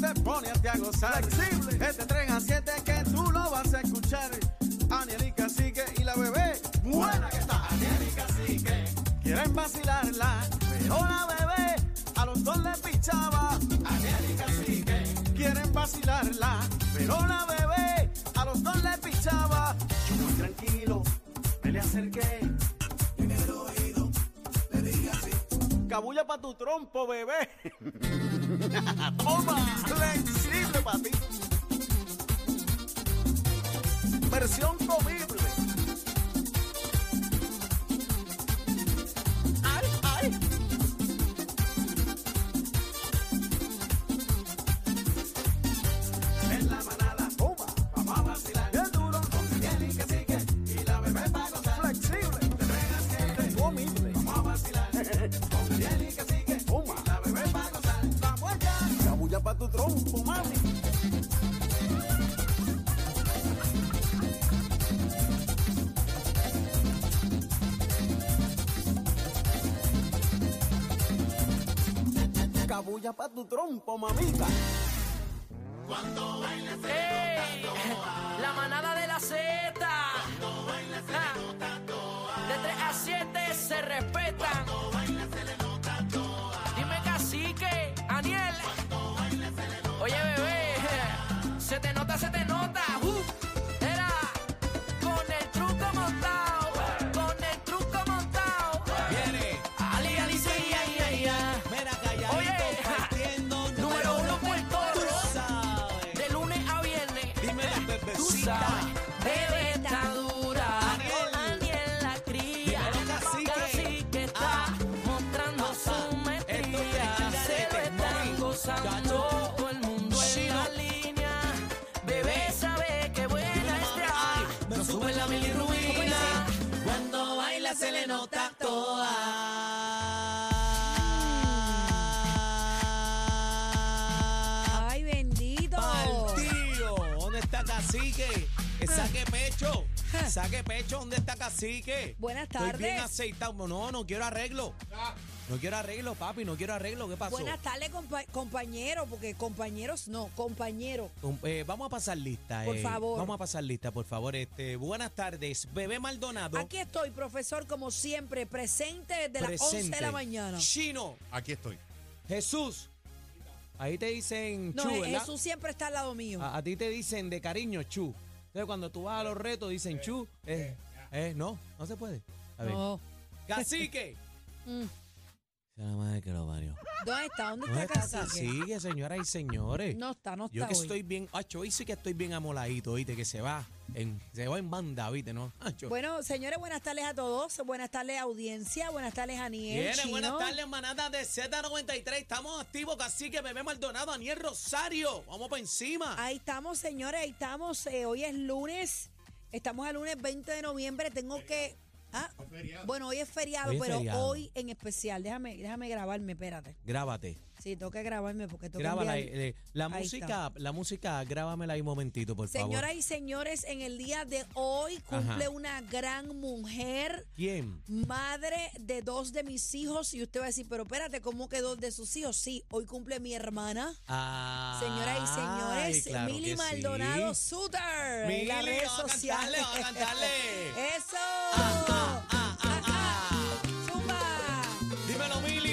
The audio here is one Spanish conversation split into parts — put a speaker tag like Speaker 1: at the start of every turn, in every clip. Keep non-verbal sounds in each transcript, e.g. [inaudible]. Speaker 1: te pone a ti a gozar. Flexible. Este 3 a 7 que tú lo vas a escuchar. Aniel y Cacique y la bebé. Buena que está Aniel y Cacique. Quieren vacilarla, pero la bebé a los dos le pichaba. Aniel y Cacique. Quieren vacilarla, pero la bebé a los dos le pichaba. Yo muy tranquilo me le acerqué. Cabulla pa' tu trompo, bebé. [laughs] Toma, flexible pa' ti. Versión comible. Ay, ay. En la manada, toma, vamos a vacilar. Bien duro, con Miguel y que sigue. Y la bebé pa' gozar. Flexible, te pegas gente. Comible, vamos a vacilar. Puma, la bebé va a gozar, la huella, la bulla pa' tu trompo, mami. Cabulla pa' tu trompo, mamita.
Speaker 2: ¡Ey! La manada de la Z. Ah. De 3 a 7 se respetan. Dime cacique, Aniel. Oye, bebé. Se te nota, se te nota. Uh. Era con el truco montado. Con el truco montado. Viene. Ali, ali, sí, ay, ay, ay. Oye, número uno Puerto Rico. De lunes a viernes. Dime la Bebé está dura. Daniel la cría. Casi que está mostrando su metida. Se lo están gozando. Todo el mundo en la línea. Bebé sabe que buena está. No sube la bilirrubina. Cuando baila se le nota
Speaker 3: Ay, bendito.
Speaker 4: Partido. ¿Dónde está Cacique? Eh, Saque pecho. Saque pecho. ¿Dónde está Cacique?
Speaker 3: Buenas
Speaker 4: Estoy bien
Speaker 3: tardes.
Speaker 4: aceitado. No, no quiero arreglo. No quiero arreglo, papi. No quiero arreglo. ¿Qué pasó?
Speaker 3: Buenas tardes, compa- compañero, porque compañeros no, compañero.
Speaker 4: Um, eh, vamos a pasar lista.
Speaker 3: Por
Speaker 4: eh,
Speaker 3: favor.
Speaker 4: Vamos a pasar lista, por favor. Este, buenas tardes, Bebé Maldonado.
Speaker 3: Aquí estoy, profesor, como siempre, presente desde las 11 de la
Speaker 4: presente.
Speaker 3: mañana.
Speaker 4: Chino,
Speaker 5: Aquí estoy.
Speaker 4: Jesús. Ahí te dicen
Speaker 3: No,
Speaker 4: Chu,
Speaker 3: Je-
Speaker 4: ¿verdad? Ah,
Speaker 3: Jesús siempre está al lado mío.
Speaker 4: A, a ti te dicen de cariño Chu. Entonces, cuando tú vas a los retos, dicen Chu. Eh, eh, no, no se puede. A ver.
Speaker 3: No.
Speaker 4: Cacique.
Speaker 3: [laughs] Mm.
Speaker 4: Sea la madre que lo parió.
Speaker 3: ¿Dónde está? ¿Dónde
Speaker 4: No
Speaker 3: está
Speaker 4: está
Speaker 3: Cacique?
Speaker 4: Cacique, señoras y señores.
Speaker 3: No está, no está
Speaker 4: Yo que
Speaker 3: hoy.
Speaker 4: estoy bien, acho, hoy sí que estoy bien amoladito, oíste, que se va en, se va en banda, oíste, ¿no? Acho.
Speaker 3: Bueno, señores, buenas tardes a todos. Buenas tardes, audiencia. Buenas tardes, Aniel.
Speaker 4: Viene,
Speaker 3: Chino.
Speaker 4: buenas tardes, manada de Z93. Estamos activos, Cacique, Bebé Maldonado, Daniel Rosario. Vamos para encima.
Speaker 3: Ahí estamos, señores, ahí estamos. Eh, hoy es lunes, estamos al lunes 20 de noviembre. Tengo que. Ah, bueno, hoy es feriado,
Speaker 4: Hoy es
Speaker 3: pero
Speaker 4: feriado.
Speaker 3: hoy en especial. Déjame, déjame grabarme, espérate.
Speaker 4: Grábate,
Speaker 3: Sí, tengo que grabarme porque tengo
Speaker 4: grábala.
Speaker 3: que
Speaker 4: ahí,
Speaker 3: enviar-
Speaker 4: eh, la
Speaker 3: Ahí
Speaker 4: música, la música, grábamela ahí un momentito, por
Speaker 3: Señoras
Speaker 4: favor.
Speaker 3: y señores, en el día de hoy cumple
Speaker 4: Ajá.
Speaker 3: una gran mujer,
Speaker 4: ¿Quién?
Speaker 3: madre de dos de mis hijos. Y usted va a decir, pero espérate, ¿cómo que dos de sus hijos? Sí, hoy cumple mi hermana.
Speaker 4: Ah,
Speaker 3: Señoras y señores,
Speaker 4: ay, claro
Speaker 3: Mili
Speaker 4: que sí.
Speaker 3: Maldonado Suter en
Speaker 4: Mili,
Speaker 3: las redes
Speaker 4: vamos a
Speaker 3: sociales.
Speaker 4: cantarle, vamos a cantarle.
Speaker 3: [laughs] ¡Eso!
Speaker 4: ah, ah, ah, ah.
Speaker 3: ¡Zumba!
Speaker 4: Dímelo, Mili.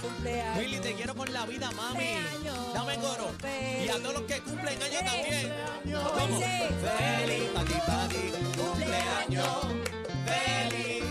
Speaker 3: ¡Cumpleaños! ¡Cumpleaños!
Speaker 4: Mili, te quiero por la vida, mami.
Speaker 3: Cumpleaños
Speaker 4: Dame coro.
Speaker 3: feliz.
Speaker 4: Y a todos los que cumplen años también.
Speaker 3: Cumpleaños.
Speaker 4: Vamos.
Speaker 3: Feliz.
Speaker 4: Feliz para ti, para ti.
Speaker 3: Cumpleaños.
Speaker 4: Cumpleaños. Feliz.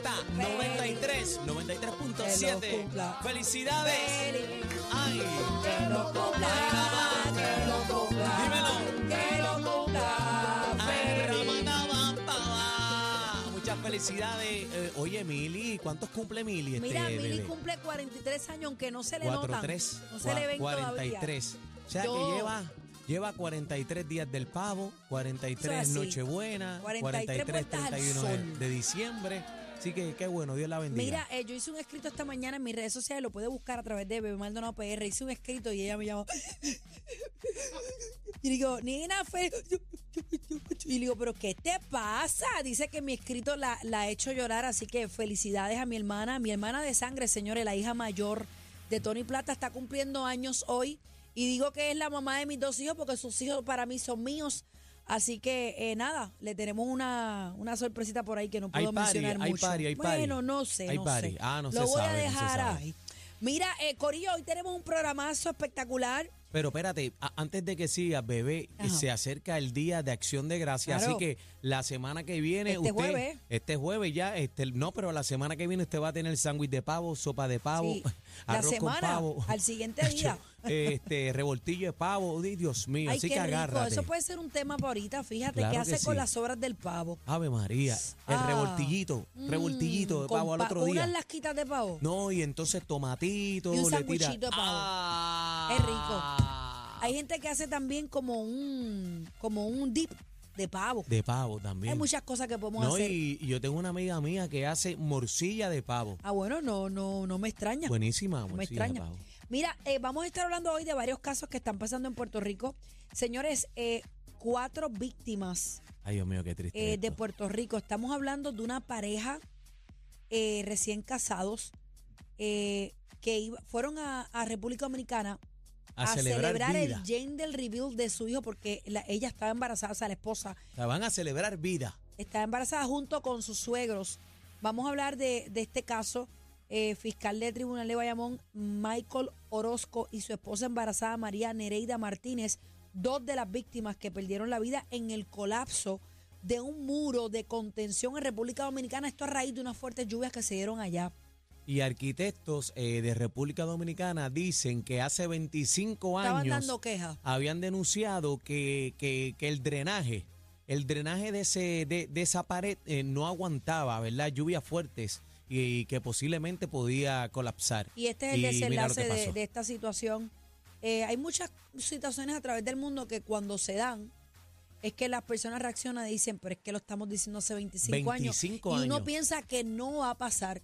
Speaker 4: es
Speaker 3: Que lo
Speaker 4: 93.7.
Speaker 3: cumpla.
Speaker 4: ¡Felicidades!
Speaker 3: Feliz.
Speaker 4: ¡Ay!
Speaker 3: Que lo cumpla, que lo cumpla,
Speaker 4: Dímelo.
Speaker 3: que lo cumpla,
Speaker 4: Ay,
Speaker 3: feliz.
Speaker 4: ramanabambaba. Muchas felicidades. Eh, oye, Mili, ¿cuántos cumple Mili? Este
Speaker 3: Mira, Mili
Speaker 4: bebé?
Speaker 3: cumple 43 años, aunque no se le notan.
Speaker 4: 43,
Speaker 3: no se le ven todavía.
Speaker 4: 43. O sea
Speaker 3: Yo-
Speaker 4: que lleva, lleva 43 días del pavo,
Speaker 3: Eso
Speaker 4: 43
Speaker 3: es así.
Speaker 4: Nochebuena,
Speaker 3: 43
Speaker 4: 43,
Speaker 3: vueltas al
Speaker 4: 31 de,
Speaker 3: sol.
Speaker 4: de diciembre. Así que qué bueno, Dios la bendiga.
Speaker 3: Mira, eh, yo hice un escrito esta mañana en mis redes sociales, lo puede buscar a través de Bebé Maldonado PR. Hice un escrito y ella me llamó. [laughs] Y digo, Nina, fe. Y le digo, ¿pero qué te pasa? Dice que mi escrito la, la ha hecho llorar, así que felicidades a mi hermana, mi hermana de sangre, señores, la hija mayor de Tony Plata, está cumpliendo años hoy. Y digo que es la mamá de mis dos hijos porque sus hijos para mí son míos. Así que eh, nada, le tenemos una, una sorpresita por ahí que no
Speaker 4: Hay
Speaker 3: puedo
Speaker 4: party,
Speaker 3: mencionar
Speaker 4: hay
Speaker 3: mucho.
Speaker 4: party, hay party.
Speaker 3: Bueno, no sé,
Speaker 4: Hay
Speaker 3: no
Speaker 4: party.
Speaker 3: sé.
Speaker 4: Ah, no
Speaker 3: Lo
Speaker 4: se
Speaker 3: voy a
Speaker 4: sabe, no se
Speaker 3: dejar
Speaker 4: sabe.
Speaker 3: ahí. Mira, eh, Corillo, hoy tenemos un programazo espectacular.
Speaker 4: Pero espérate, a- antes de que sigas, bebé,
Speaker 3: Ajá.
Speaker 4: se acerca el día de Acción de Gracias,
Speaker 3: Claro.
Speaker 4: así que la semana que viene
Speaker 3: Este
Speaker 4: usted
Speaker 3: jueves.
Speaker 4: este jueves ya, este no, pero la semana que viene usted va a tener sándwich de pavo, sopa de pavo, [laughs]
Speaker 3: Sí. La
Speaker 4: arroz
Speaker 3: semana,
Speaker 4: con pavo,
Speaker 3: al
Speaker 4: [laughs]
Speaker 3: siguiente día.
Speaker 4: este revoltillo de pavo, Ay, Dios mío,
Speaker 3: Ay,
Speaker 4: así
Speaker 3: qué
Speaker 4: que
Speaker 3: rico.
Speaker 4: agárrate.
Speaker 3: Eso puede ser un tema para ahorita, fíjate,
Speaker 4: Claro
Speaker 3: ¿qué
Speaker 4: que
Speaker 3: hace
Speaker 4: sí.
Speaker 3: con las obras del pavo?
Speaker 4: Ave María, el
Speaker 3: Ah. Mm,
Speaker 4: revoltillito, revoltillito de
Speaker 3: Con
Speaker 4: pavo al
Speaker 3: pa-
Speaker 4: otro día.
Speaker 3: Unas lasquitas de pavo.
Speaker 4: No, y entonces tomatito,
Speaker 3: Y un
Speaker 4: le tira.
Speaker 3: sanguchito de pavo.
Speaker 4: Ah.
Speaker 3: Es rico. Hay gente que hace también como un, como un dip de pavo.
Speaker 4: De pavo también.
Speaker 3: Hay muchas cosas que podemos
Speaker 4: No,
Speaker 3: hacer.
Speaker 4: y, y yo tengo una amiga mía que hace morcilla de pavo.
Speaker 3: Ah, bueno, no, no, no me extraña.
Speaker 4: Buenísima
Speaker 3: No me
Speaker 4: morcilla de
Speaker 3: extraña.
Speaker 4: pavo.
Speaker 3: Mira, eh, vamos a estar hablando hoy de varios casos que están pasando en Puerto Rico. Señores, eh, cuatro víctimas
Speaker 4: Ay, Dios mío, qué triste.
Speaker 3: eh, de
Speaker 4: esto.
Speaker 3: Puerto Rico. Estamos hablando de una pareja eh, recién casados eh, que iba- fueron a, a República Dominicana
Speaker 4: a, celebrar, vida.
Speaker 3: el gender reveal de su hijo porque la- ella estaba embarazada, o sea, la esposa
Speaker 4: O sea, van a celebrar vida.
Speaker 3: está embarazada junto con sus suegros. Vamos a hablar de, de este caso. Eh, fiscal de Tribunal de Bayamón, Michael Orozco y su esposa embarazada María Nereida Martínez, dos de las víctimas que perdieron la vida en el colapso de un muro de contención en República Dominicana. Esto a raíz de unas fuertes lluvias que se dieron allá.
Speaker 4: Y arquitectos eh, de República Dominicana dicen que hace 25
Speaker 3: Estaban
Speaker 4: años
Speaker 3: dando quejas.
Speaker 4: habían denunciado que, que- que el drenaje, el drenaje de, ese, de, de esa pared eh, no aguantaba, ¿verdad? Lluvias fuertes y, que posiblemente podía colapsar.
Speaker 3: Y este es el
Speaker 4: mira lo que
Speaker 3: desenlace de,
Speaker 4: pasó.
Speaker 3: de esta situación. Eh, hay muchas situaciones a través del mundo que cuando se dan, es que las personas reaccionan y dicen, pero es que lo estamos diciendo hace 25, años.
Speaker 4: 25
Speaker 3: Y uno
Speaker 4: años.
Speaker 3: piensa que no va a pasar.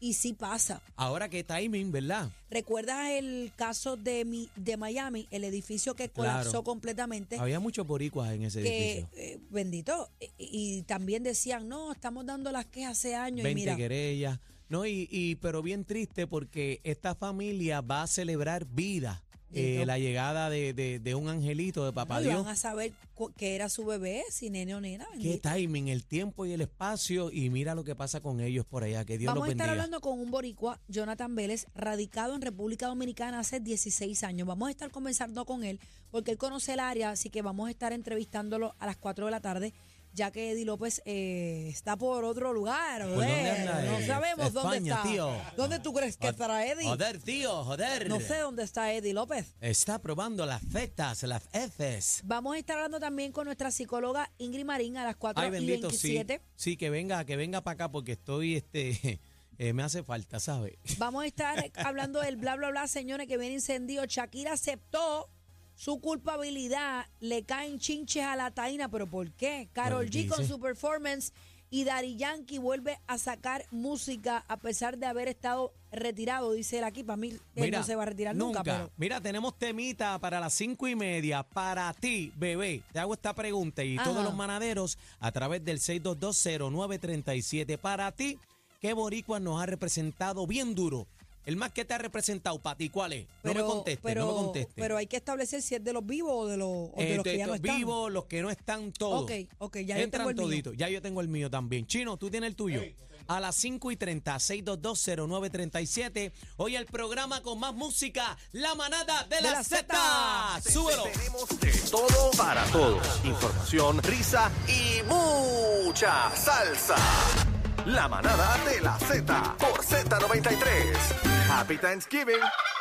Speaker 3: Y sí pasa.
Speaker 4: Ahora que timing, ¿verdad?
Speaker 3: ¿Recuerdas el caso de, mi, de Miami, el edificio que
Speaker 4: Claro.
Speaker 3: colapsó completamente?
Speaker 4: Había muchos boricuas en ese
Speaker 3: que,
Speaker 4: edificio.
Speaker 3: eh, bendito, y, y también decían, no, estamos dando las quejas hace años.
Speaker 4: 20
Speaker 3: y mira,
Speaker 4: querellas. No, y, y- pero bien triste porque esta familia va a celebrar vida. eh,
Speaker 3: Lindo.
Speaker 4: la llegada de, de- de un angelito de papá
Speaker 3: no
Speaker 4: Dios.
Speaker 3: iban a saber cu- que era su bebé, si nene o nena.
Speaker 4: Qué
Speaker 3: bendito.
Speaker 4: timing, el tiempo y el espacio. Y mira lo que pasa con ellos por allá. Que Dios
Speaker 3: Vamos
Speaker 4: los
Speaker 3: a estar
Speaker 4: bendiga.
Speaker 3: hablando con un boricua, Jonathan Vélez, radicado en República Dominicana hace 16 años. Vamos a estar conversando con él porque él conoce el área, así que vamos a estar entrevistándolo a las 4 de la tarde, ya que Eddie López eh, está por otro lugar.
Speaker 4: ¿Por dónde
Speaker 3: joder.
Speaker 4: anda
Speaker 3: no
Speaker 4: él?
Speaker 3: sabemos dónde
Speaker 4: España,
Speaker 3: está.
Speaker 4: tío.
Speaker 3: ¿Dónde tú crees que estará Eddie?
Speaker 4: Joder, tío, joder.
Speaker 3: No sé dónde está Eddie López.
Speaker 4: Está probando las zetas, las Fs.
Speaker 3: Vamos a estar hablando también con nuestra psicóloga Ingrid Marín a las 4
Speaker 4: Ay,
Speaker 3: y
Speaker 4: bendito, sí.
Speaker 3: 27.
Speaker 4: Sí, que venga, que venga para acá porque estoy, este, [laughs] eh, me hace falta, ¿sabes?
Speaker 3: Vamos a estar hablando del bla, bla, bla, señores, que viene incendio. Shakira aceptó su culpabilidad. Le caen chinches a la taína, pero ¿por qué? Carol G
Speaker 4: dice.
Speaker 3: con su performance y Dari Yankee vuelve a sacar música a pesar de haber estado retirado, dice él aquí. Para mí, él no se va a retirar nunca. pero
Speaker 4: Mira, tenemos temita para las cinco y media. Para ti, bebé, te hago esta pregunta y
Speaker 3: Ajá.
Speaker 4: todos los manaderos a través del 6220937. Para ti, ¿qué boricua nos ha representado bien duro? El más que te ha representado, para ti, ¿cuál es?
Speaker 3: pero-
Speaker 4: no me conteste,
Speaker 3: pero-
Speaker 4: no me conteste.
Speaker 3: Pero hay que establecer si es de los vivos o de los, o de
Speaker 4: Eh,
Speaker 3: los
Speaker 4: de
Speaker 3: que ya no
Speaker 4: estos
Speaker 3: están.
Speaker 4: vivos, los que no están todos.
Speaker 3: Ok, ok, ya yo tengo
Speaker 4: Entran
Speaker 3: el mío.
Speaker 4: toditos. Ya yo tengo el mío también. Chino, tú tienes el tuyo. A las 5 y 30, 6220937. Hoy el programa con más música, La Manada de, la,
Speaker 3: la
Speaker 4: Z. Súbelo.
Speaker 5: Tenemos de todo para todos. Información, risa y mucha salsa. La manada de la Z por Z93. Happy Thanksgiving.